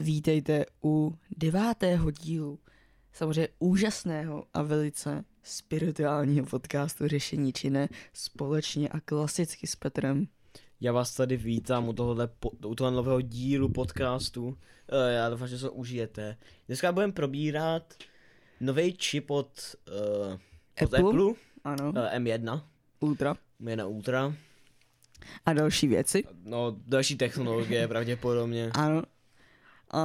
Vítejte u devátého dílu, samozřejmě úžasného a velice spirituálního podcastu Řešení či ne, společně a klasicky s Petrem. Já vás tady vítám u tohohle, po, u tohohle nového dílu podcastu. Eh, Já doufám, že se ho užijete. Dneska budeme probírat nový čip od, uh, od Apple? Apple, Apple Ano, eh, M1, Ultra. M1 Ultra. A další věci. No, další technologie pravděpodobně. Ano. A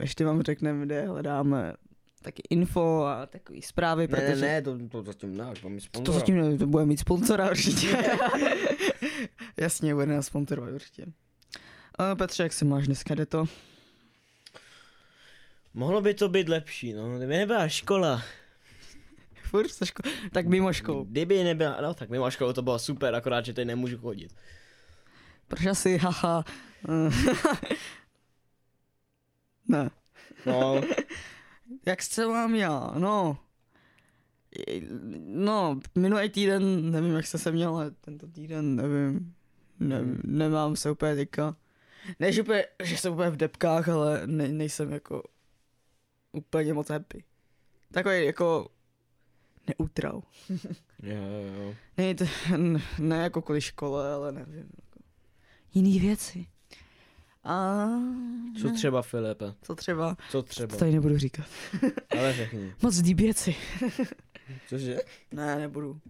ještě vám řekneme, kde hledáme taky info a takové zprávy, Ne, protože ne, ne, to, to zatím ne, až mám mít to sponzora. zatím ne, to bude mít sponzora určitě. Jasně, bude nás sponzorovat určitě. A Petře, jak se máš dneska, jde to? Mohlo by to být lepší, no, kdyby nebyla škola. Furt se ško- tak mimo školu. Kdyby nebyla, no tak mimo školu to bylo super, akorát, že teď nemůžu chodit. Proč asi, haha. ne. No, Jak se mám já? No. No, minulý týden, nevím, jak jste se měl, ale tento týden, nevím. Ne, nemám se úplně teďka. Ne, že, úplně, že jsem úplně v depkách, ale ne, nejsem jako úplně moc happy. Takový jako neutral. jo, jo, jo. Ne, to, n- ne jako kvůli škole, ale nevím. Jako. Jiný věci. A Co třeba, Filipe? co třeba? To Co třeba? tady nebudu říkat. Ale řekni. Moc dý věci. Cože? Ne, nebudu.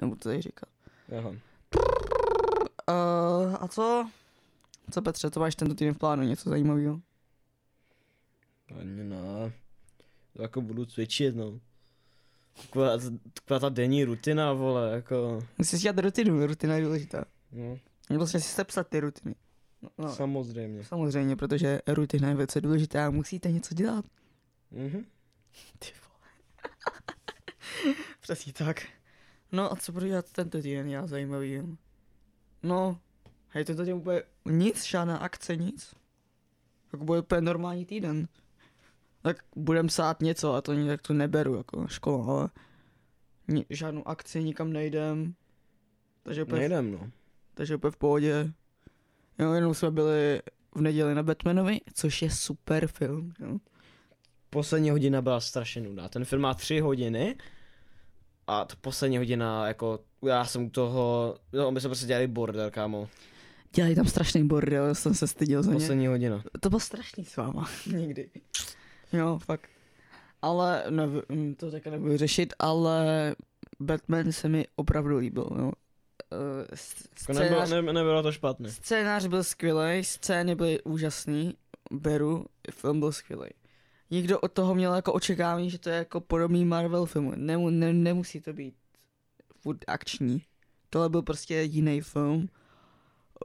Nebudu to tady říkat. Aha. Uh, a co? Co Petře, co máš tento týden v plánu? Něco zajímavého? Ani ne. To jako budu cvičit, no. Taková, taková ta denní rutina, vole, jako, Musíš dělat rutinu, rutina je důležitá. no, Vlastně si sepsat ty rutiny. No, no. no. samozřejmě. Samozřejmě, protože rutina je velice důležitá a musíte něco dělat. Mhm. Ty vole. Přesně tak. No a co budu dělat tento týden, já zajímavý. No, hej, tento týden úplně nic, žádná akce, nic. Jako bude úplně normální týden. Tak budem psát něco a to ni- tak to neberu, jako škola, ale ni- žádnou akci nikam nejdem. Takže úplně, v, Nejdem, no. takže úplně v pohodě. Jo, jenom jsme byli v neděli na Batmanovi, což je super film. Jo. Poslední hodina byla strašně nudná. Ten film má tři hodiny. A ta poslední hodina, jako, já jsem u toho, no, my jsme prostě dělali bordel, kámo. Dělají tam strašný bordel, já jsem se styděl za ně. Poslední hodina. Jako To bylo strašný s váma. Někdy. Jo, fakt. Ale ne, to také nebudu řešit, ale Batman se mi opravdu líbil. Jo. Eh, s- Jako nebylo, Scénář, ne, nebylo to špatné. scénář byl skvělý, scény byly úžasný, beru, film byl skvělý. Někdo od toho měl jako očekávání, že to je jako podobný Marvel filmu. Nemu, ne, nemusí to být furt akční. Tohle byl prostě jiný film.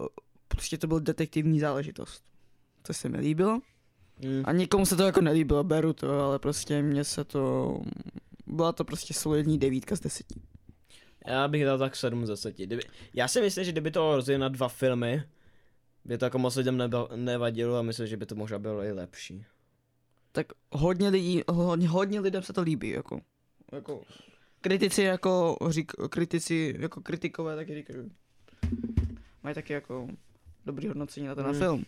Eh, Prostě to byl detektivní záležitost. To se mi líbilo. Mm. A nikomu se to jako nelíbilo, beru to, ale prostě mně se to... Byla to prostě solidní devítka z deseti. Já bych dal tak 7 z 10. Kdyby, já si myslím, že kdyby to rozdělili na dva filmy, by to jako moc lidem neba, nevadilo a myslím, že by to možná bylo i lepší. Tak hodně lidí, hodně, hodně lidem se to líbí, jako. jako kritici jako, řík, kritici, jako kritikové taky říkají. Mají taky jako dobrý hodnocení na ten Hmm. na film.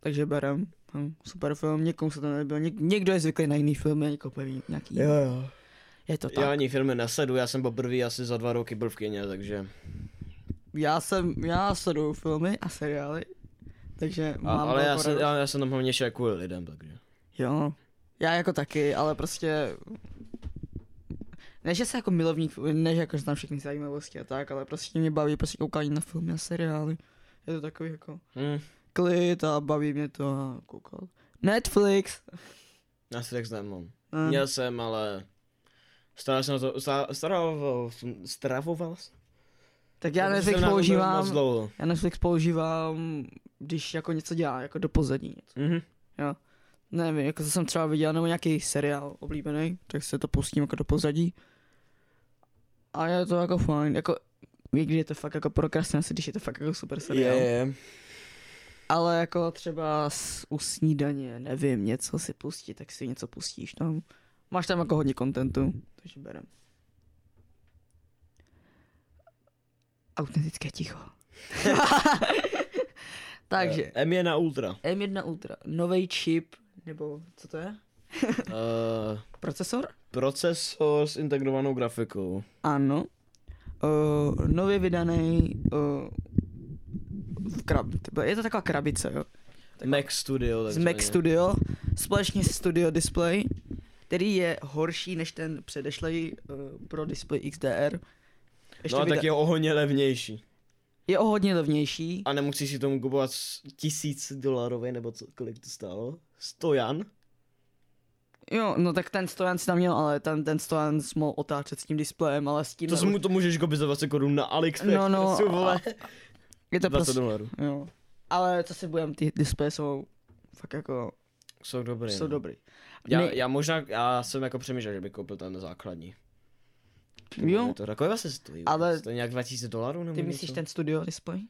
Takže berem. Hm, Super film, někomu se to nelíbilo. Něk, někdo je zvyklý na jiný film, a někoho baví nějaký. jiný. jo. Je to tak. Já ani filmy nesedu, já jsem poprvé asi za dva roky byl v kyně, takže... Já jsem, já sleduju filmy a seriály, takže A, mám ale já, velkou se, radost. já, já jsem tam hlavně šel kvůli lidem, takže... Jo, já jako taky, ale prostě... Ne, že jsem jako milovník, ne, že jako znám všechny zajímavosti a tak, ale prostě mě baví prostě koukání na filmy a seriály. Je to takový jako Hm, klid a baví mě to a koukat. Netflix! Eh, já si tak znám, no. Ne. Měl jsem, ale... Staral jsem na to, sta- stravoval, jsem- stravoval jsem? Tak já Protože jsem Netflix na to byl Moc používám, dlouho. já Netflix používám, když jako něco dělá, jako do pozadí něco. Mhm. Nevím, jako co jsem třeba viděl, nebo nějaký seriál oblíbený, tak se to pustím jako do pozadí. A je to jako fajn, jako někdy je to fakt jako prokrastinace, když je to fakt jako super seriál. Je, je. Ale jako třeba s, u snídaně, nevím, něco si pustit, tak si něco pustíš tam. Máš tam jako hodně kontentu, takže berem. Autentické ticho. Takže, Eh, M je na ultra. M1 Ultra, nový chip, nebo co to je? Eh, Procesor? procesor s integrovanou grafikou. Ano. Uh, nově vydaný uh, v krab, tyba- je to taková krabice, jo. Mac Studio. Z takzvaně. Mac Studio, společně s Studio Display, který je horší než ten předešlý uh, pro Display XDR. No a vyda- tak je o hodně levnější. je o hodně levnější. A nemusíš si tomu kupovat s- tisíc dolarový, nebo co, kolik to stálo? Stojan? Jo, no tak ten stojan si tam měl, ale ten, ten stojan jsi mohl otáčet s tím displejem, ale s tím... To, ne- si mu, to můžeš koupit za 20 korun na AliExpressu, No, no, a- vole. je to 20 prostě, dolarů. jo. Ale co si budem, ty displeje jsou fakt jako, Jsou dobré. jsou no. dobrý. Já, My- já možná, já jsem jako přemýšlel, že bych koupil ten základní. Jo, To takové vlastně stojí. Ale- To je nějak 2000 dolarů nebo ty něco? myslíš ten studio display?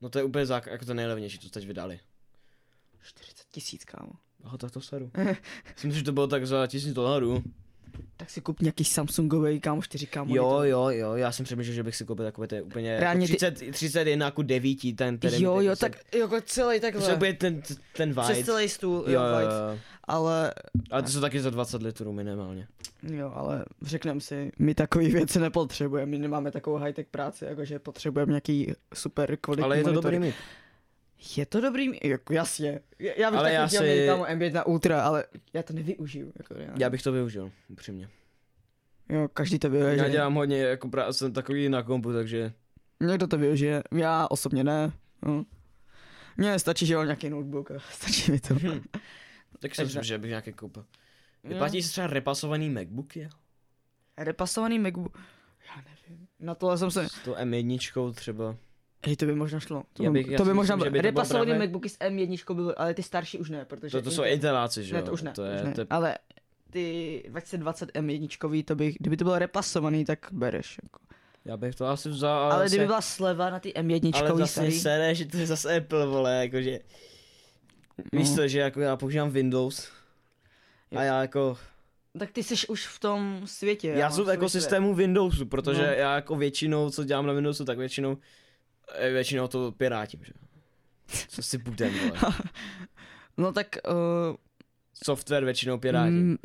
No to je úplně zák- jako to nejlevnější, co teď vydali. 40 tisíc, kámo. Aha, tak to seru. jsem si, že to bylo tak za 1000 dolarů. Tak si kup nějaký Samsungový, kámo, 4K Jo, monitor. jo, jo, já jsem přemýšlel, že bych si koupil takové to je úplně jako Reálně ty- 30, 31 jako 9, ten, ten jo, ten- jo, ten- tak jako celý Prostě takhle. úplně ten, ten Přes vibe. celý eh, stůl, Jo, jo, jo, white. jo. Ale, Ale to jsou taky za 20 litrů minimálně. jo, ale řekneme si, my takové věci nepotřebujeme, my nemáme takovou high-tech práci, jakože potřebujeme nějaký super kvalitní Ale je to monitory. dobrý mít. Je to dobrý, mí- jako jasně. Já já bych Ale ale taky já já chtěl si- mít kámo M1 na Ultra, ale já to nevyužiju. Jako reálně. Já bych to využil, upřímně. Jo, každý to využije. Já dělám hodně, jako pra, jsem takový na kompu, takže... Někdo to využije, já osobně ne. No. Mně stačí, že mám nějaký notebook a stačí mi to. Hm. Tak jsem Takže- Mm. si, že bych nějaký koupil. Jo. Vyplatí se třeba repasovaný MacBooky? Repasovaný MacBook. Já nevím. Na tohle jsem se... S tou M1 třeba. Hej, to by možná šlo. To by, Já bych- já to si by myslím, možná že by to bylo. bylo Repasovaný právě- MacBooky s M1 by byl, ale ty starší už ne, protože... To, to jsou Intel- Inteláci, že jo? Ne, to už ne, To už ne. je, to je ale ty 2020 M1, to bych, kdyby to bylo repasovaný, tak bereš. Jako. Já bych to asi vzal, ale, Ale, zase, kdyby byla sleva na ty M1 ale ale zase starý, se... sere, že to je zase Apple, vole, jakože... Víš No. to, že jako já používám Windows. A já jako, tak ty jsi už v tom světě. no, já, mám jsem v svůj svět. ekosystému Windowsu, protože No. já jako většinou, co dělám na Windowsu, tak většinou, eh, většinou to pirátím, že? Co si budem, vole. No tak uh, Software většinou pirátím.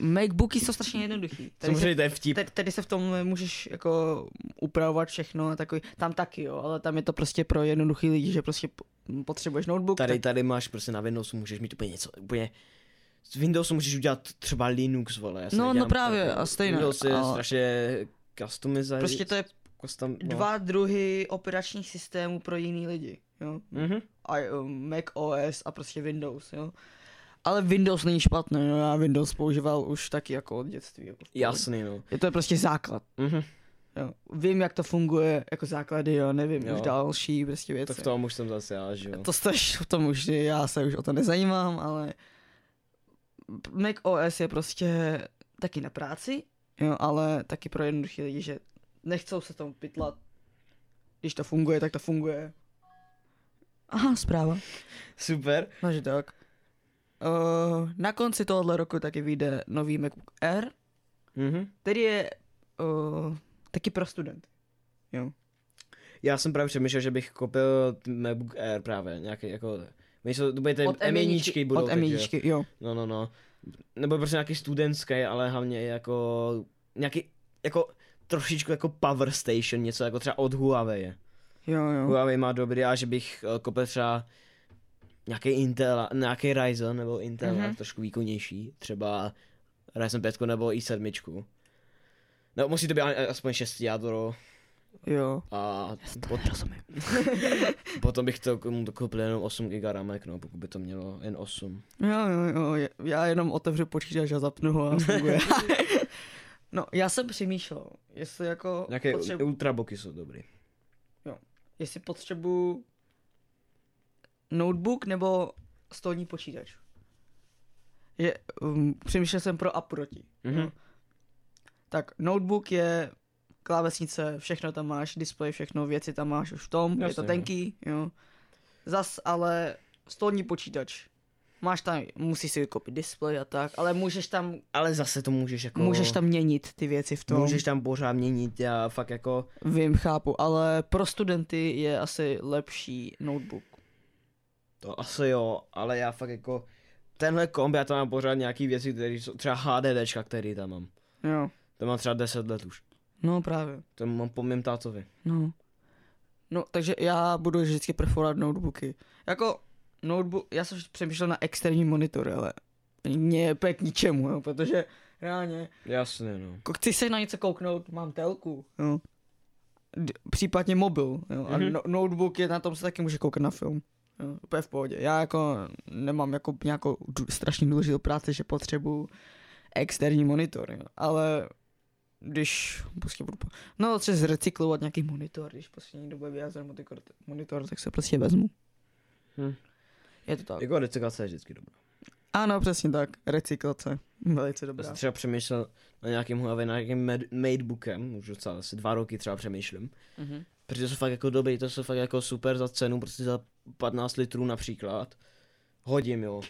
Mm, Macbooky jsou strašně jednoduchý. Tady se, Samozřejmě to je vtip. tady, tady se v tom můžeš jako upravovat všechno a takový. Tam taky jo, ale tam je to prostě pro jednoduchý lidi, že prostě p- potřebuješ notebook. Tady, tak, tady máš prostě na Windowsu můžeš mít úplně něco, úplně z Windowsu můžeš udělat třeba Linux, vole. Já si No, no nedělám právě, takové- a stejné, Windows je ale- strašně customizovaný. prostě to je Custom, no. dva druhy operačních systémů pro jiný lidi. Jo? Mhm. I, um, Mac OS a prostě Windows, jo. Ale Windows není špatný, no, já Windows používal už taky jako od dětství. Jako v pohodě. Jasný, no. Je to prostě základ. Mhm. Jo. Vím, jak to funguje, jako základy, jo, nevím, Jo. jo. už další prostě věci. Tak v tom už jsem zase já, že jo. to staž, v tom už, já se už o to nezajímám, ale Mac OS je prostě taky na práci, jo, ale taky pro jednoduchý lidi, že nechcou se tomu pytlat. Když to funguje, tak to funguje. Aha, zpráva. Super. Takže No, tak. Uh, na konci tohoto roku taky vyjde nový MacBook Air, Mhm. který je uh, taky pro student. Jo. Já jsem právě přemýšlel, že bych koupil t- MacBook Air právě, nějaký jako... Oni jsou, to bude ty M1 budou Od teď, že jo. M1, jo. No, no, no. Nebo prostě nějaký studentský, ale hlavně jako... Nějaký, jako trošičku jako power station, něco jako třeba od Huawei. Jo, jo. Huawei má dobrý a že bych eh, koupil třeba nějaký Intel, nějaký Ryzen nebo Intel, Mhm. mm-hmm. trošku výkonnější, třeba Ryzen 5 nebo i7. No, musí to být a- aspoň 6 jádro Jo. a pot, Nerozumím. potom bych to, mu to koupil jenom 8 GB ramek, no, pokud by to mělo jen 8. Jo, jo, jo, je- já jenom otevřu počítač a zapnu ho a funguje. no, já jsem přemýšlel, jestli jako Nějaké potřebu, ultraboky jsou dobrý. jestli potřebu notebook nebo stolní počítač. Je, um, přemýšlel jsem pro a proti. Mhm. Jo. Tak notebook je klávesnice, všechno tam máš, displej, všechno, věci tam máš už v tom, je Jasně, to no. tenký, jo. Zas ale stolní počítač. Máš tam, musíš si koupit displej a tak, ale můžeš tam, Ale zase to můžeš jako... můžeš tam měnit ty věci v tom. Můžeš tam pořád měnit a fakt jako... Vím, chápu, ale pro studenty je asi lepší notebook. To asi jo, ale já fakt jako, tenhle komp, já tam mám pořád nějaký věci, které jsou třeba HDDčka, který tam mám. Jo. To mám třeba 10 let už. No právě. To mám po mém tátovi. No. No, takže já budu vždycky preferovat notebooky. Jako notebook, já jsem přemýšlel na externí monitor, ale mě je úplně k ničemu, jo, protože reálně, Jasně, no. ko- chci se na něco kouknout, mám telku, jo. D- případně mobil, jo, a Mhm. no- notebook je, na tom se taky může koukat na film. Jo, úplně v pohodě. Já jako nemám jako nějakou dů- strašně důležitou práci, že potřebuju externí monitor, jo. ale když prostě budu... po- No, třeba zrecyklovat nějaký monitor, když prostě někdo bude vyházet monitor, monitor, tak se prostě vezmu. Hm. Je to tak. Jako recyklace je vždycky dobrá. Ano, přesně tak. Recyklace. Velice Já jsem dobrá. třeba přemýšlel na nějakém hlavě, na nějakém med- matebookem, už docela asi dva roky třeba přemýšlím. Mhm. Protože jsou fakt jako dobrý, to jsou fakt jako super za cenu, prostě za 15 litrů například. Hodím, jo.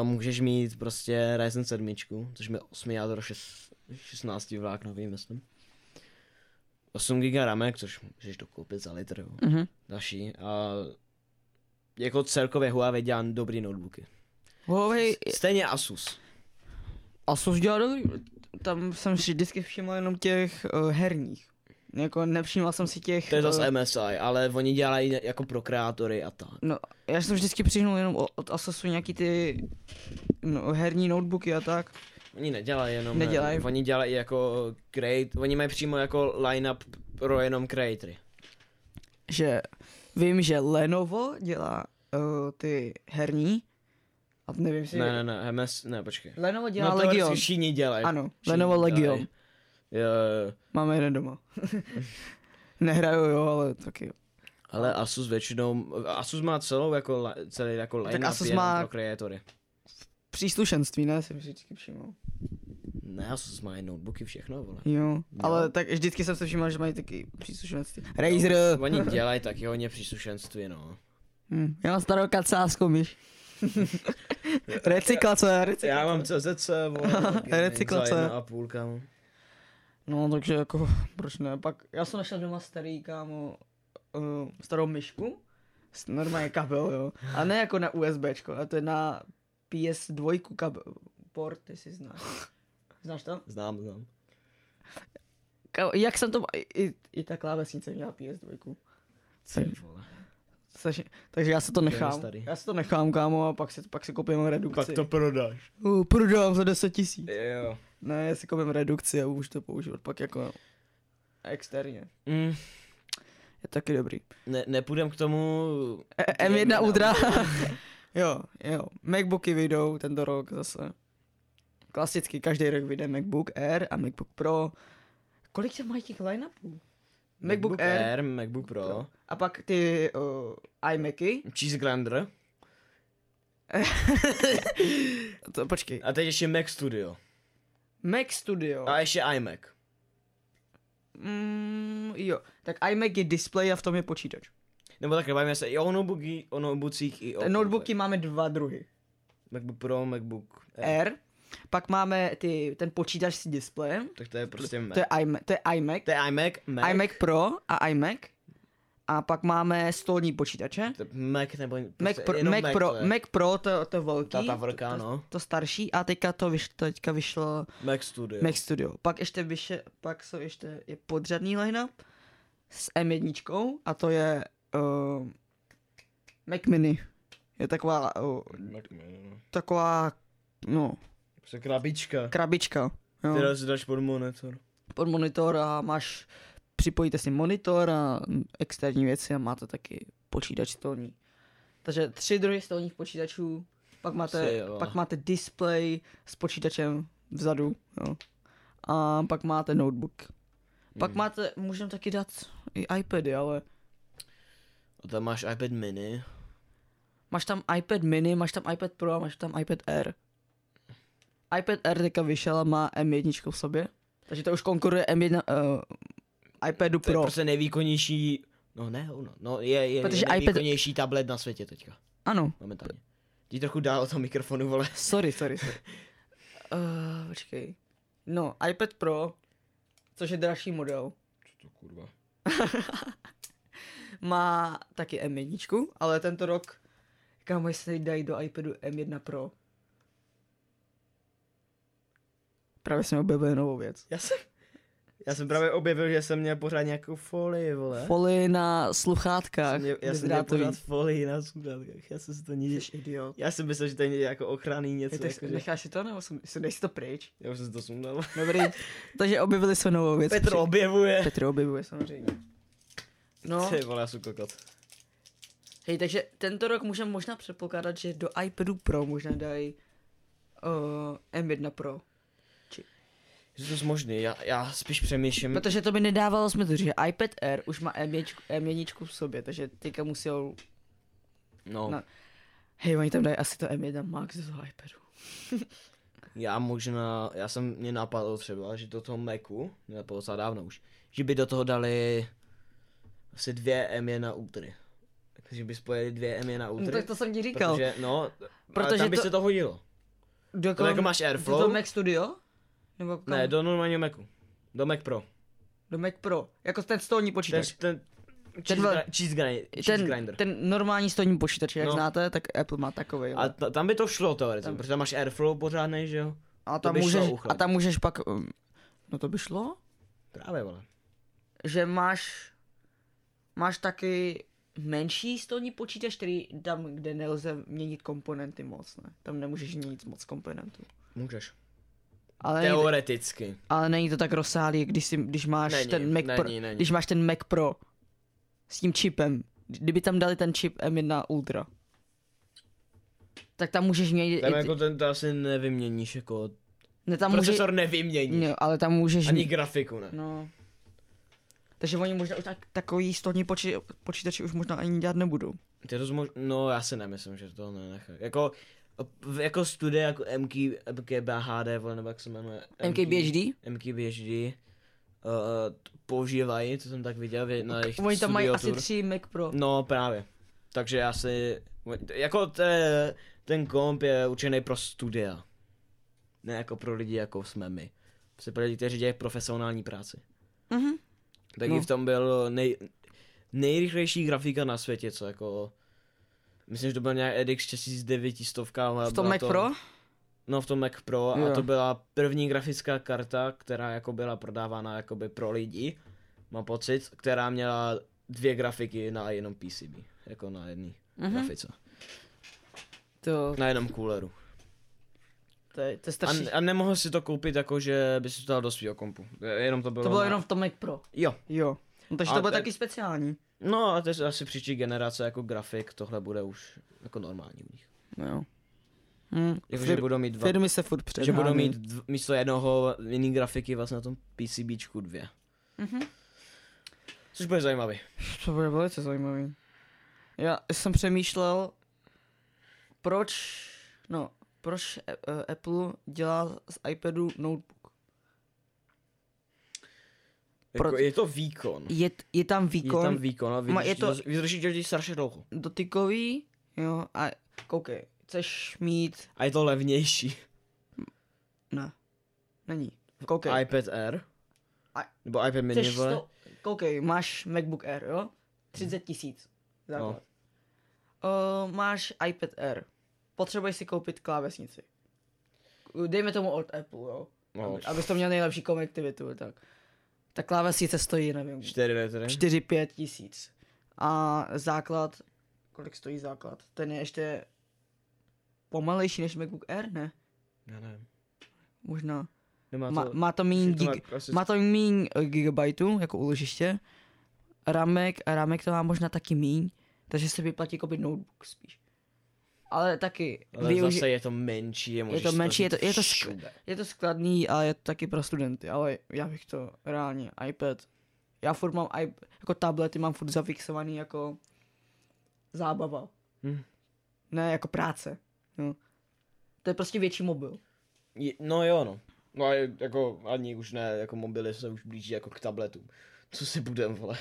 Eh, můžeš mít prostě Ryzen 7, což mi 8 jádro 6, 16 vláknový, myslím. 8 GB ramek, což můžeš dokoupit za litr, jo. Mhm. Další. A jako celkově Huawei dělá dobrý notebooky. Huawei Stejně Asus. Asus dělá dobrý. Tam jsem si vždycky všiml jenom těch uh, herních. Jako nevšiml jsem si těch... To je eh, zase MSI, ale oni dělají jako pro kreátory a tak. No, já jsem vždycky přihnul jenom o- od Asusu nějaký ty no, herní notebooky a tak. Oni nedělají jenom, Nedělají. oni dělají jako create, oni mají přímo jako line-up pro jenom creatory. Že vím, že Lenovo dělá uh, ty herní. A nevím si... Ne, ne, ne, MS, ne, počkej. Lenovo dělá no, teoreticky Legion. všichni dělají. Ano, všichni Lenovo dělají. Legion. Jo, jo, jo. Máme jeden doma. Nehraju jo, ale taky jo. ale Asus většinou, Asus má celou jako, li- celý jako line-up Asus jenom má- pro creatory. Příslušenství, ne? Jsem si vždycky všiml. Ne, Asus má i notebooky, všechno, vole. Jo, ale Jo. tak vždycky jsem se všiml, že mají taky příslušenství. Razer! No, Oni dělají taky hodně příslušenství, no. Hm, já mám starou kacáskou myš. recyklace, recyklace. Já mám CZC, vole, Recyklace. za jedna a půl, kámo. No, takže jako, proč ne? Pak, já jsem našel doma starý, kámo, uh, starou myšku. S- Normálně kabel, jo. A ne jako na USBčko, a to je na PS2 kabel. Port, jestli znáš. Znáš to? Znám, znám. Kámo, jak jsem to... I, i, i ta klávesnice měla PS2. Ty vole. Strašně- Takže já se to nechám. starý. Já se to nechám, kámo, a pak si, pak si koupím redukci. Pak to prodáš. uh, prodám za 10 tisíc. Jo. Ne, já si koupím redukci a už to používat pak jako externě. Mm, Je taky dobrý. ne, nepůjdem k tomu... E- M1 Udra. jo, jo. Macbooky vyjdou tento rok zase. Klasicky každý rok vyjde Macbook Air a Macbook Pro. Kolik se mají těch line-upů? MacBook, Air, Air, MacBook Pro, a pak ty uh, iMacy. Cheese Grinder To, počkej. a teď ještě Mac Studio. Mac Studio. A ještě iMac. Mm, jo, tak iMac je display a v tom je počítač. Nebo takhle bavíme se i o, notebooky, o notebookích i o... Okay. Notebooky máme dva druhy. MacBook Pro, MacBook Air. Air, pak máme ty, ten počítač s displejem, Tak to je prostě Mac. to je, iMac, to je iMac, To je iMac, Mac. iMac Pro a iMac. A pak máme stolní počítače. To je Mac nebo... Mac, prostě pro, jenom Mac, Pro, to je. Mac Pro, to, to je velký. Ta, ta velká, to, to, no. to starší a teďka to vyšlo, teďka vyšlo Mac Studio. Mac Studio. Pak ještě vyše, pak jsou ještě je podřadný lineup s M1 a to je uh, Mac Mini. Je taková, uh, Mac no. taková, no, Prostě krabička. krabička. Jo, Která si dáš pod monitor. pod monitor a máš, připojíte si monitor a externí věci a máte taky počítač stolní. Takže tři druhy stolních počítačů, pak Ty máte, vole. pak máte display s počítačem vzadu, jo. A pak máte notebook. Pak Mm. máte, můžeme taky dát i iPady, ale A tam máš iPad mini. máš tam iPad mini, máš tam iPad Pro a máš tam iPad Air. iPad Air teďka vyšel a má M1 v sobě, takže to už konkuruje M1 uh, iPadu To je Pro. prostě nejvýkonnější, no ne, ono, no je, je, Protože je iPad- nejvýkonnější tablet na světě teďka, Ano, momentálně. Jdi trochu dál od toho mikrofonu, vole. sorry, sorry, sorry. Uh, počkej. No, iPad Pro, což je dražší model, Co to kurva? má taky M1, ale tento rok Kámo, jestli dají do iPadu M1 Pro. Právě jsem objevil novou věc. Já jsem, já jsem právě objevil, že jsem měl pořád nějakou folii, vole. Foly na sluchátkách. Jsem měl- já jsem měl bezdrátový. pořád folii na sluchátkách, já jsem si to nikdy... Jsi idiot. Já jsem myslel, že to je jako ochranný Hej, něco, to jako, jako že... necháš si to nebo jsem, si dej si to pryč? Já už jsem si to sundal. Dobrý. Takže objevili jsme novou věc. Petr objevuje. Petr objevuje samozřejmě. No, Ty vole, já jsem kokot. hej, takže tento rok můžeme možná předpokládat, že do iPadu Pro možná dají uh, M1 Pro. Je to možný, já, já spíš přemýšlím. Protože to by nedávalo smysl, že iPad Air už má M1, M1 v sobě, takže teďka musí No, na- Hej, oni tam dají asi to M1 Max z iPadu. No já možná, já jsem, mě napadlo třeba, že do toho Macu, mě napadlo docela dávno už, že by do toho dali asi dvě M1 na útry. Takže by spojili dvě M1 na útry. No, tak to jsem ti říkal. Protože, Protože, no, protože Protože tam by to- se to hodilo. To jako máš Airflow? Do Mac Studio? Nebo kam? Ne, do normálního Macu. Do Mac Pro. do Mac Pro. Jako ten stolní Ten, počítač. ten, cheese, dva- gri- cheese, grind, cheese Ten, grinder. ten normální stolní počítač, jak No. no. znáte, tak Apple má takový. A ta, tam by to šlo teoreticky, Tam- protože tam máš Airflow pořádnej, že jo? A To tam, by šlo můžeš, uchladit. a tam můžeš pak... um, No to by šlo? Právě, vole. Že máš... Máš taky menší stolní počítač, který tam, kde nelze měnit komponenty moc, ne? Tam nemůžeš měnit moc komponentů. Můžeš. Ale není, to, Teoreticky. ale není to tak rozsáhlý, když, si, když máš Není, ten Mac Pro, není, není. když máš ten Mac Pro s tím čipem. Kdyby tam dali ten čip M1 Ultra, tak tam můžeš měnit... i Tam ty- jako ten to asi nevyměníš, jako ne, tam můžeš, procesor nevymění. ne, ale tam můžeš... Ani grafiku ne. No. Takže oni možná už tak, takový stolní poči, počítači už možná ani dělat nebudou. Ty to zmož... No já si nemyslím, že to nenechá. Jako, v- jako studie jako MK, MKBHD, vole, nebo jak se jmenuje. MKBHD? MKBHD. Uh, používají, to jsem tak viděl v- na jejich Oni tam mají studio asi tour. tři Mac Pro. No právě. Takže já si... Jako te, ten komp je určený pro studia. Ne jako pro lidi, jako jsme my. Se pro lidi, kteří dělají profesionální práci. Mhm. Tak no. No. v tom byl nej, nejrychlejší grafika na světě, co jako... Myslím, že to byl nějak EDX 4900. ale V tom byla Mac to, Pro? No v tom Mac Pro a Jo. to byla první grafická karta, která jako byla prodávána jakoby pro lidi, mám pocit, která měla dvě grafiky na jednom PCB, jako na jedný mm-hmm. Mhm. grafice, To, na jednom cooleru. to, je, to je A, strašný. a nemohl si to koupit jako, že by si to dal do svého kompu, jenom to bylo To bylo na... jenom v tom Mac Pro. Jo, Jo. No, takže A to bude te- taky speciální. no a to je asi příští generace jako grafik, tohle bude už jako normální u nich. No jo. Hm. Jako, Fir- že budou mít dva, Firmy se furt že předhánějí. budou mít dv, místo jednoho jiný grafiky vlastně na tom PCBčku dvě. Mhm. Což bude zajímavý. Jako, To bude velice zajímavý. Já jsem přemýšlel, proč, no, proč eh, eh, Apple dělá z iPadu notebook. Jako, Proč- je to výkon. Je, je tam výkon. výkon, Je tam výkon a Ma- vydrží, je to... to- vydrží tě strašně dlouho. dotykový, jo, a koukej, chceš mít, A je to levnější. ne, není, koukej, Okay. iPad Air. A- Nebo iPad mini, chceš vole. sto, koukej, máš MacBook Air, jo, 30 tisíc, základ. No. máš iPad Air, potřebuješ si koupit klávesnici. Dejme tomu od Apple, jo, No, aby, abys to měl nejlepší konektivitu, tak. Ta klávesnice stojí, nevím, 4 litry. 4-5 tisíc. A základ, kolik stojí základ? Ten je ještě pomalejší než MacBook Air, ne? Já nevím. Možná. Nemá to... Má, má to míň, to má gig, asi- má to míň eh, gigabajtů, jako úložiště. Ramek, a ramek to má možná taky míň, takže se vyplatí koupit notebook spíš. Ale taky, Ale využi- zase je to menší, je, je můžeš to menší, je to, je to, vzít sk- všude. je to skladný a je to taky pro studenty, ale já bych to reálně, iPad, já furt mám, iP- jako tablety mám furt zafixovaný jako zábava, Hm. ne jako práce, no. To je prostě větší mobil. Je, no jo, no. No a je- jako ani už ne, jako mobily se už blíží jako k tabletům. Co si budem, vole?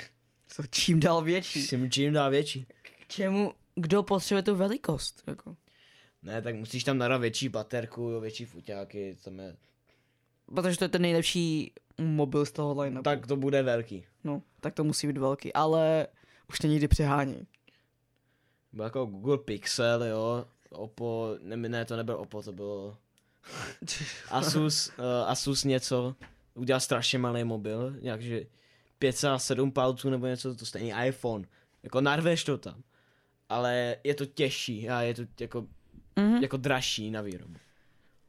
Jsou čím dál větší. Jsem čím dá větší. K čemu, kdo potřebuje tu velikost, jako. Ne, tak musíš tam nadat větší baterku, jo, větší fuťáky, tam je... Protože to je ten nejlepší mobil z toho line tak. Tak to bude velký. No, tak to musí být velký, ale už to nikdy přehání. Byl jako Google Pixel, jo. Oppo, ne, ne to nebyl Oppo, to bylo Asus, uh, Asus něco. Udělal strašně malý mobil, nějakže 5,7 palců nebo něco, to stejný iPhone. Jako narveš to tam. Ale je to těžší a je to jako, Mhm. jako dražší na výrobu.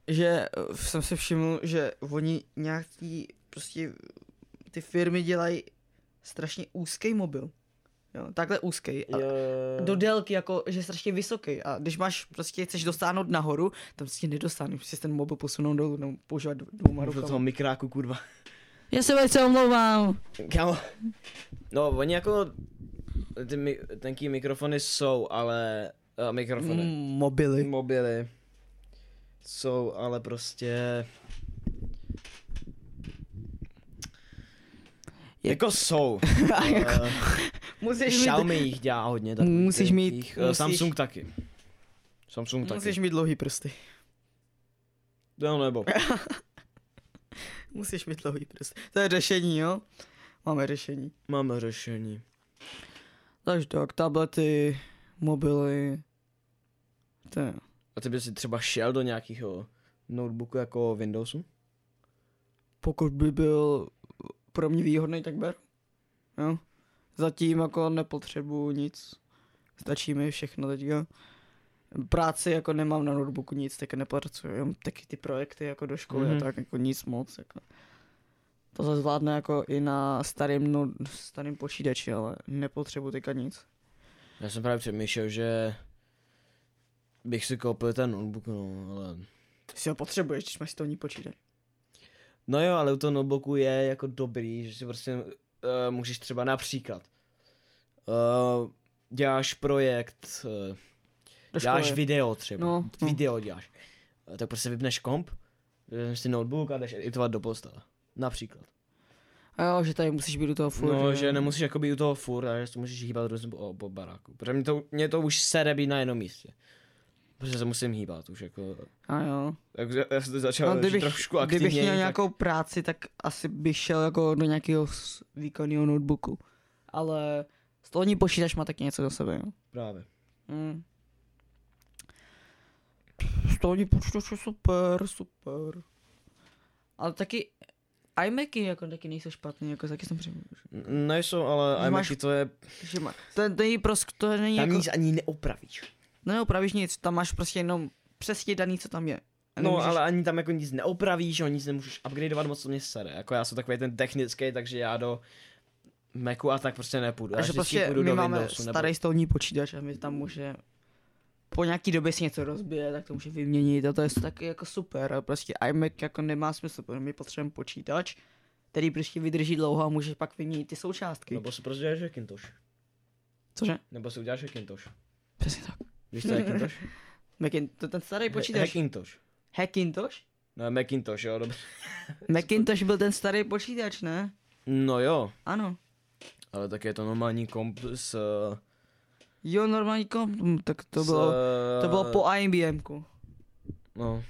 že eh, jsem si všiml, že oni nějaký prostě ty firmy dělají strašně úzký mobil. Jo, takhle úzký. A do délky, jako, že je strašně vysoký. A když máš, prostě chceš dostáhnout nahoru, tam prostě nedostaneš, musíš ten mobil posunout dolů, nebo používat dv- dvouma do toho rukama. mikráku, kurva. Já se velice omlouvám. Kámo. No, oni jako, ty mi, tenký mikrofony jsou, ale, uh, mikrofony. Mm, Mm. Mobily. mobily jsou, ale prostě... Je- Jako jsou. A jako, Eh, musíš mít, Xiaomi jich dělá hodně. takových Musíš těch- mít- těch, eh, musíš- Samsung taky. Samsung taky. musíš mít dlouhý prsty. No nebo. Musíš mít dlouhý prsty. To je řešení, jo? Máme řešení. Máme řešení. Takže tak, tablety, mobily. To jo. A ty by si třeba šel do nějakého notebooku jako Windowsu? pokud by byl pro mě výhodný, tak beru. Jo. Zatím jako nepotřebuju nic. Stačí mi všechno teďka. Práci jako nemám na notebooku nic, tak nepracuju. Jenom taky ty projekty jako do školy mm-hmm. Mhm. a tak jako nic moc. Jako. To se zvládne jako i na starém, no, starém počítači, ale nepotřebuju teďka nic. Já jsem právě přemýšlel, že bych si koupil ten notebook, no, ale... Ty si ho potřebuješ, když máš stolní počítač. No jo, ale u toho notebooku je jako dobrý, že si prostě uh, můžeš třeba například uh, děláš projekt, uh, Do děláš školy. video třeba, No, no. video děláš, uh, tak prostě vypneš komp, vezmeš si notebook a jdeš editovat do postele. Například. A jo, že tady musíš být u toho furt. no, že nemusíš jako být u toho furt, ale že to můžeš hýbat různě po, po baráku. Protože mě to, mě to už sere být na jednom místě. Protože se musím hýbat už jako. A jo. Takže já jsem to začal No, kdybych, trošku aktivně. kdybych měl nějakou práci, tak asi bych šel jako do nějakého s- výkonného notebooku. Ale stolní počítač má taky něco do sebe, jo. Právě. Mm. Stolní počítač je super, super. Ale taky iMacy jako taky nejsou špatný, jako taky jsem přemýšlel. N- Nejsou, ale Že No, máš- iMacy to je Že má, to, to, není prosk, to není Tam jako, nic ani neopravíš. neopravíš No nic, tam máš prostě jenom přesně daný, co tam je. A No, nemůžeš- ale ani tam jako nic neopravíš, jo, nic nemůžeš upgradeovat, moc to mě sere. Jako já jsem takový ten technický, takže já do Macu a tak prostě nepůjdu. A já že vždycky prostě půjdu my do máme Windowsu, nebo- starý stolní počítač a my tam může po nějaký době si něco rozbije, tak to může vyměnit a to je taky jako super. A prostě iMac jako nemá smysl, protože my potřebujeme počítač, který prostě vydrží dlouho a můžeš pak vyměnit ty součástky. Nebo si prostě děláš Hackintosh. Cože? Nebo si uděláš Hackintosh. Přesně tak. Víš co je Hackintosh? Macin, to je ten starý Ha- počítač. Hackintosh. Hackintosh? No, Macintosh, jo, dobře. Macintosh byl ten starý počítač, ne? No jo, Ano. ale tak je to normální komp s... Jo, normální komp, hm, tak to s, bylo, to bylo po IBMku. No,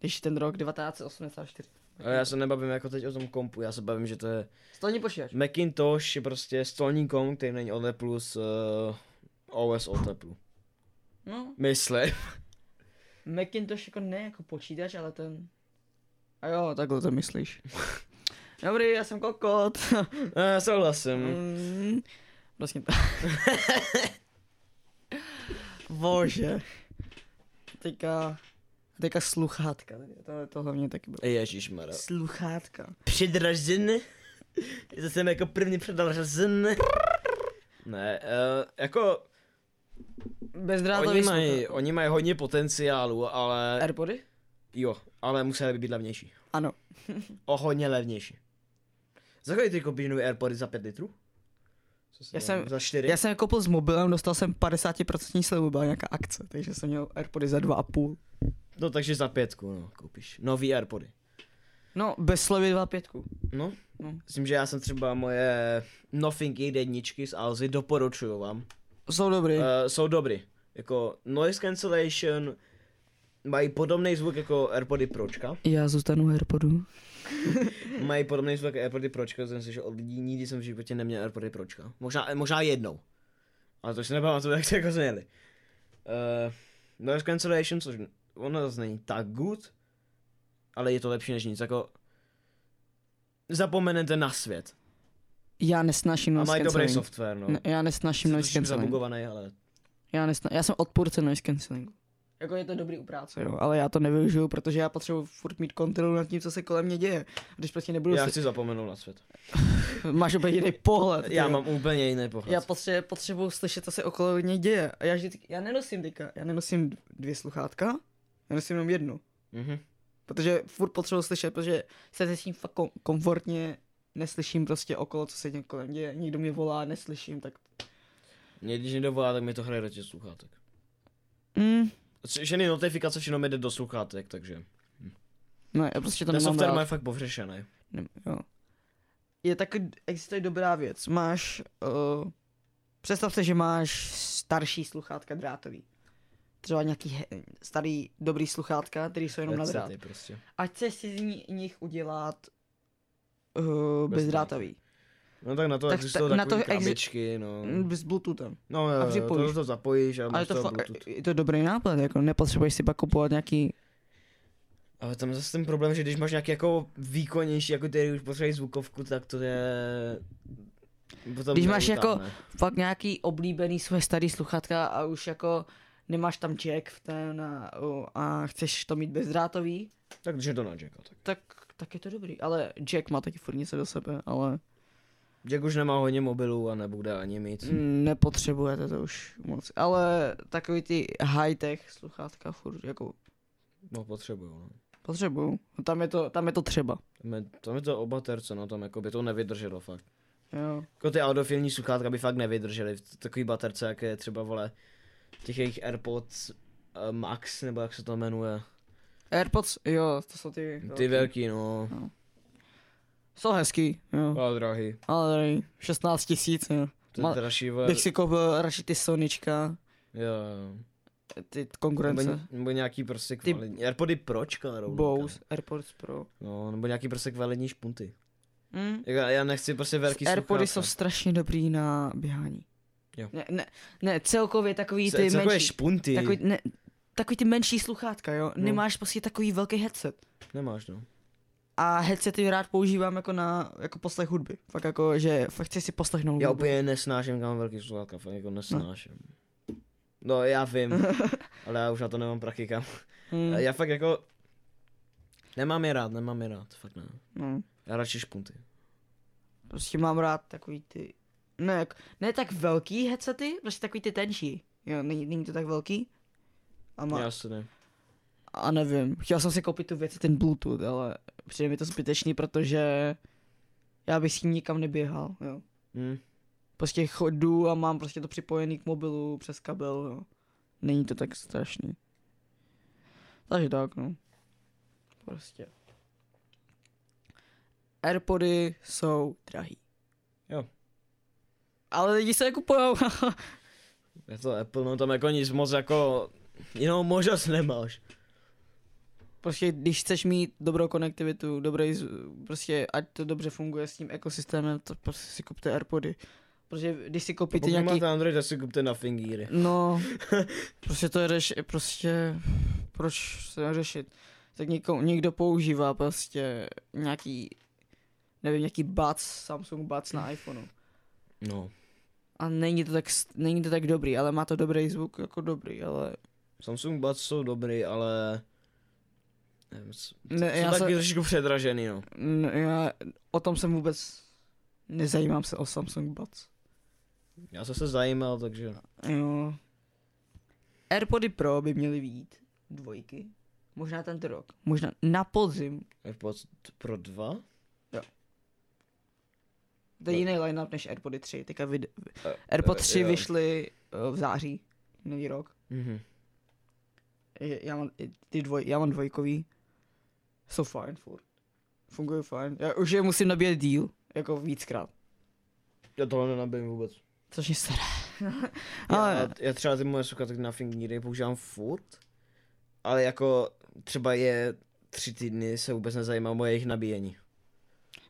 Když ten rok 1984. ale já se nebavím jako teď o tom kompu, já se bavím, že to je Stolní počítač. Macintosh je prostě stolní kom, který není od Apple s uh, OS od Apple. No, Myslím. Macintosh jako ne jako počítač, ale ten... A jo, takhle to myslíš. Dobrý, já jsem kokot. Uh, souhlasím. Mm, vlastně to. Bože. Teďka... Teďka sluchátka. To, to hlavně taky bylo. Ježišmarja. Sluchátka. Předražen. Já jsem jako první předražen. Ne, uh, jako Bezdrátový oni mají, oni mají hodně potenciálu, ale Airpody? jo, ale museli by být levnější. Ano. O hodně levnější. Za kolik ty koupíš nový Airpody za 5 litrů? Co si Já dám? jsem- Za 4? Já jsem je koupil s mobilem, dostal jsem 50% slevu, byla nějaká akce, takže jsem měl Airpody za 2,5. No takže za pětku, no, koupíš. Nový Airpody. No, bez slevy 2,5. No. No. Myslím, že já jsem třeba moje Nothing jedničky z Alzy doporučuju vám. Jsou dobrý. Uh, jsou dobrý. Jako noise cancellation, mají podobný zvuk jako AirPody Pročka. Já zůstanu Airpodu. Mají podobný zvuk jako AirPody Pročka, jsem si, že od lidí nikdy jsem v životě neměl AirPody Pročka. Možná, možná jednou. Ale to už si nepamatuju, jak se jako zněli. Uh, noise cancellation, což ono zase není tak good, ale je to lepší než nic, jako zapomenete na svět. Já nesnáším A noise mají dobrý cancelling. software, no. Ne, já nesnáším noise Jsem cancelling. zabugovaný, ale Já, nesna- já jsem odpůrce noise cancellingu. Jako je to dobrý u práce, jo, ale já to nevyužiju, protože já potřebuji furt mít kontrolu nad tím, co se kolem mě děje. Když prostě nebudu já si... chci zapomenout na svět. Máš úplně jiný pohled. Já jo. mám úplně jiný pohled. Já potře- potřebuji slyšet, co se okolo mě děje. A já vždycky, já nenosím teďka, já nenosím dvě sluchátka, já nosím jenom jednu. Mhm. Protože furt potřebuji slyšet, protože se se s tím fakt kom- komfortně neslyším prostě okolo, co se děje kolem děje. Někdo mě volá, neslyším, tak... Mě když někdo volá, tak mi to hraje do těch sluchátek. Mm, Co- Všechny notifikace všechno mi jde do sluchátek, takže. ne, já prostě to Ten nemám software rád. má fakt povřešený. Nem, jo. Je tak, existuje dobrá věc. Máš, uh, představ se, že máš starší sluchátka drátový. Třeba nějaký he, starý dobrý sluchátka, který jsou jenom na drát. Headsety prostě. Ať se si z ní- nich udělat uh, bezdrátový. No tak na to Tak tak, existují ta- na na to to exi- krabičky, no. Mm, S Bluetoothem. No, a a připojíš. to, to zapojíš a Ale máš to, to fa- Bluetooth. je to dobrý nápad, jako nepotřebuješ si pak kupovat nějaký... Ale tam je zase ten problém, že když máš nějaký jako výkonnější, jako který už potřebuje zvukovku, tak to je... Potom Když to máš jako- utáhne. fakt nějaký oblíbený svoje starý sluchátka a už jako nemáš tam jack v ten a, a chceš to mít bezdrátový, Tak když je to na Jacka, tak. tak, tak je to dobrý. Ale jack má taky furt něco do sebe, ale Jack už nemá hodně mobilů a nebude ani mít. mm, nepotřebujete to už moc. Ale takový ty high-tech sluchátka furt jako No potřebuju, no. potřebuju. Tam je to, tam je to třeba. Tam je, tam je to oba terce, no tam jako by to nevydrželo fakt. Jo. Jako ty audiofilní sluchátka by fakt nevydržely v t- takový baterce, jak je třeba, vole, těch jejich AirPods eh, Max, nebo jak se to jmenuje. Airpods, jo, to jsou ty... Ty velký, no. Jsou hezký, jo. A drahý. Ale tady 16 tisíc, jo. No. To Ma- je dražší, vole. Bych si koupil radši ty Sonička, Jo, jo. ty Nebo, konkurence. ně- nebo nějaký prostě kvalitní. Ty... AirPody Pročka rovnou. Bose, kámo. AirPods Pro. No, nebo nějaký prostě kvalitní špunty. Mm. Jako, já nechci prostě velký Airpody jsou sluchátka. strašně dobrý na běhání. Jo. Ne, ne, ne, celkově takový Co- ty co takové menší, špunty. takový, ne, takový ty menší sluchátka, jo? No. Nemáš prostě takový velký headset. Nemáš, no. A headsety rád používám jako na jako poslech hudby. Fakt jako, že fakt chci si poslechnout Já hudbu. úplně nesnáším kam velký sluchátka, fakt jako nesnáším. No, já vím, ale já už na to nemám prachy, kam. Mm, Já fakt jako... Nemám je rád, nemám je rád, fakt ne. no, Já radši špunty. prostě mám rád takový ty... Ne, jak, ne tak velký headsety, prostě takový ty tenčí. Jo, není, není to tak velký. A, má, Jasně. A nevím, chtěl jsem si koupit tu věc, ten Bluetooth, ale přijde mi to zbytečný, protože já bych s ním nikam neběhal, jo. Hm. Prostě chodu a mám prostě to připojený k mobilu přes kabel, jo. Není to tak strašný. Takže tak, no. Prostě. Airpody jsou drahý. Jo. Ale lidi se jako je kupujou. Je to Apple, no tam jako nic moc jako... Jinou možnost nemáš. prostě když chceš mít dobrou konektivitu, dobrý, z- prostě ať to dobře funguje s tím ekosystémem, to prostě si kupte Airpody. Protože když si Pokud koupíte nějaký... nějaký... máte Android, tak si kupte na fingíry. No, prostě to jedeš, prostě, proč se neřešit? Tak něko, někdo používá prostě nějaký, nevím, nějaký buds, Samsung buds na iPhoneu. No. A není to, tak, s- není to tak dobrý, ale má to dobrý zvuk, jako dobrý, ale... Samsung Buds jsou dobrý, ale... Nevím, s- Ne, jsou já, se, taky trošku předražený, no. n- já o tom jsem vůbec... Nezajímám se o Samsung buds. Já jsem se zajímal, takže... Jo. Airpody Pro by měly být dvojky. Možná tento rok. Možná na podzim. AirPods Pro 2? To je No. jiný line-up než Airpody 3. Teďka vid... Eh, Airpod eh, 3 jo. vyšly eh, v září. Nový rok. Mhm. Je- Já mám, i ty dvoj... Já mám dvojkový. Jsou fajn furt. Fungují fajn. Já už je musím nabíjet díl. Jako víckrát. Já tohle nenabijím vůbec. Což mě stará. Já, Ale já třeba ty moje sluchátka na fingíry používám furt, ale jako třeba je tři týdny se vůbec nezajímá moje jejich nabíjení.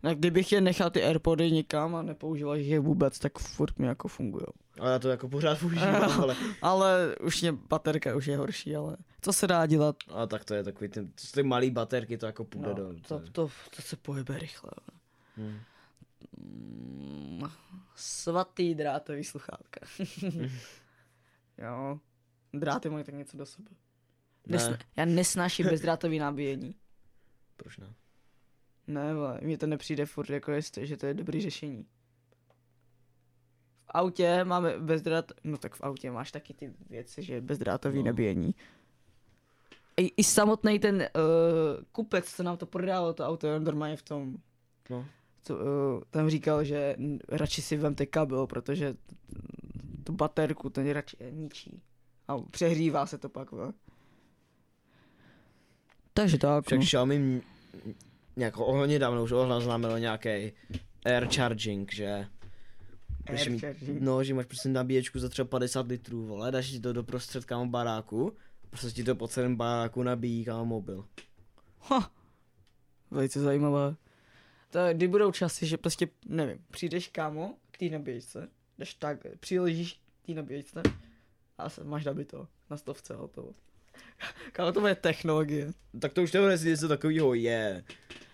no, kdybych je nechal ty Airpody někam a nepoužíval jich je vůbec, tak furt mi jako fungují. Ale já to jako pořád používám, ale... Ale už mě baterka už je horší, ale co se dá dělat? A tak to je takový, ty, to jsou ty malý baterky, to jako půjde No, do... to, hmm. to, to se pohybe rychle. Hm. Mm, Svatý drátový sluchátka. jo. Dráty mají tak něco do sebe. Nesna- Ne, já nesnáším bezdrátový nabíjení. proč ne? Ne, vole, mně to nepřijde furt jako jestli, že to je dobrý řešení. V autě máme bezdrát, no tak v autě máš taky ty věci, že bezdrátový No. no. nabíjení. I, i samotný ten uh, kupec, co nám to prodával, to auto, on normálně v tom, No. co, uh, tam říkal, že n- radši si vemte kabel, protože mm, tu baterku to je radši eh, ničí. A přehřívá se to pak, vole. Takže tak, Však no. Xiaomi m- jako o hodně dávno už oznámilo nějaký air charging, že... budeš Air mít- charging. No, že máš prostě nabíječku za třeba 50 litrů, vole, dáš ti to do prostřed kámo baráku, prostě ti to po celém baráku nabíjí kámo mobil. Ha, velice zajímavé. To, kdy budou časy, že prostě, nevím, přijdeš kámo k té nabíječce, jdeš tak, přiložíš k té nabíječce a se, máš nabito na stovce a hotovo. Kámo, to bude technologie. Tak to už teoreticky něco takového je.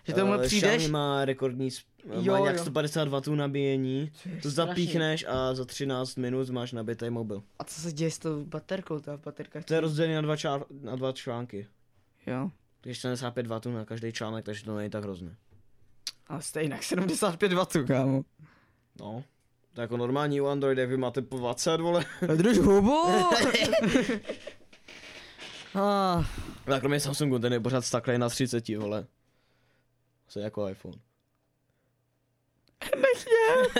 Že tomu Eh, přijdeš, Xiaomi má rekordní, sp- Jo, má nějak jo. 152 W nabíjení, je to strašný. zapíchneš a za 13 minut máš nabitý mobil. a co se děje s tou baterkou, ta baterka? To je rozdělený na dva, čár, na dva články. Jo, Takže 75 W na každý článek, takže to není tak hrozné. ale stejně 75 W, kámo. No. To je jako normální u Android, jak vy máte po 20, vole. Drž hubu! ah, A kromě Samsungu, ten je pořád staklej na 30, vole. To je jako iPhone.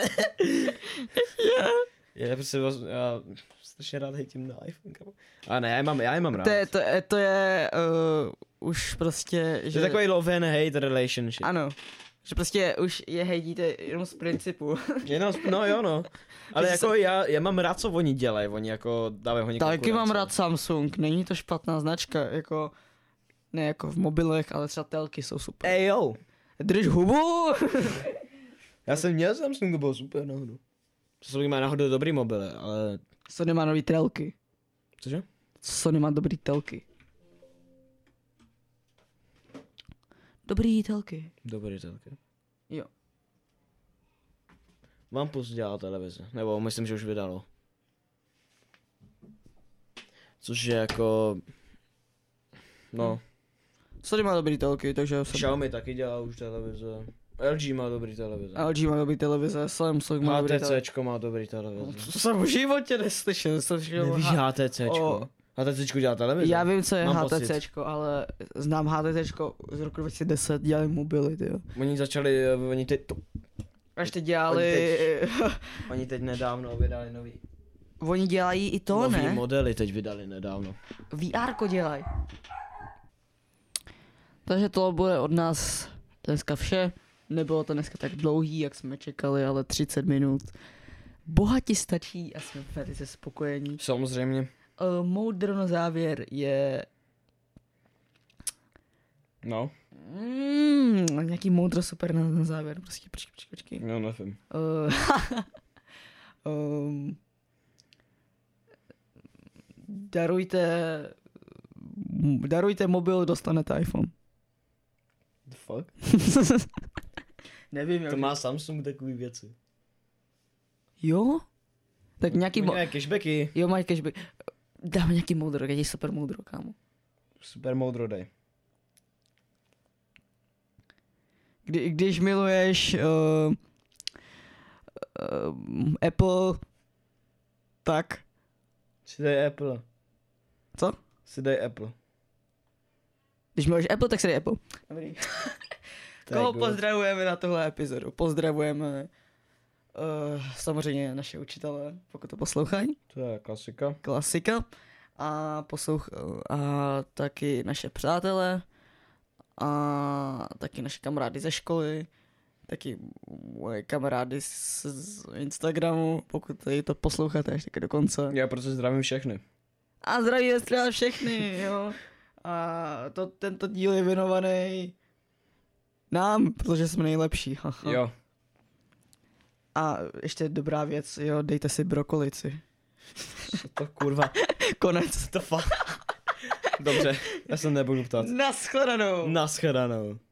Nech je! Nech je! Já prostě, vás- já strašně rád hejtím na iPhone, kamo. A ne, já je mám, já je mám rád. to, je, to, je, to je uh, už prostě, To že... je takový love and hate relationship. Ano. Že prostě už je hejtíte jenom z principu. Jenom, sp- no jo no. Ale Že jako já, já mám rád, co oni dělají, oni jako dávají hodně Taky mám konkurenci. rád Samsung, není to špatná značka, jako ne jako v mobilech, ale třeba telky jsou super. Ej jo, Drž hubu! já jsem měl Samsung, to bylo super no, náhodou. Samsung má náhodou dobrý mobily, ale... Sony má nový telky. Cože? Sony má dobrý telky. Dobrý telky. Dobrý telky. Jo. Vampus dělá televizi, nebo myslím, že už vydalo. Což je jako... Hm, No, Sony má dobrý telky, takže jsem... Xiaomi taky dělá už televize. LG má dobrý televize. LG má dobrý televize, Samsung má dobrý televize. HTCčko má dobrý televize. To jsem v životě neslyšel, jsem slyšel Nevíš H- HTCčko? o- HTCčko dělá televizi? Já vím, co je Mám HTCčko, ale znám HTCčko z roku 2010, dělali mobily, jo. Oni začali, eh, oni teď, to, Až teď dělali... oni teď nedávno vydali nový. Oni dělají i to, nový ne? modely teď vydali nedávno. VR dělají. Takže to bude od nás dneska vše. Nebylo to dneska tak dlouhý, jak jsme čekali, ale 30 minut. Bohatě stačí a jsme velice spokojení. Samozřejmě. Uh, moudro na závěr je... No, Mm, nějaký moudro super na, na závěr, prostě počkej, počkej, počkej. no nevím. Uh, um, darujte, darujte mobil, dostanete iPhone. The fuck? Nevím, To má Samsung takový věci. Jo? Tak nějaký... Mo- Nějaké cashbacky. jo, mají cashback. Dáme nějaký moudro, nějaký super moudro, kámo. Super moudro dej. Kdy, když miluješ uh, uh, Apple, tak Si dej Apple. Co? Si dej Apple. když miluješ Apple, tak se dej Apple. Dobrý. To je Koho good. pozdravujeme na tohle epizodu? Pozdravujeme uh, samozřejmě naše učitele, pokud to poslouchají, To je klasika. klasika, a, poslouch, a taky naše přátele, a taky naše kamarády ze školy, taky moje kamarády z, z Instagramu, pokud tady to posloucháte až taky do konce. Já proto zdravím všechny. A zdravíme třeba všechny, jo. A to, tento díl je věnovaný nám, protože jsme nejlepší. haha. Jo. A ještě dobrá věc, jo, dejte si brokolici. Co to kurva? Konec. To fa... Dobře, No. já se nebudu ptat. Naschledanou. Naschledanou.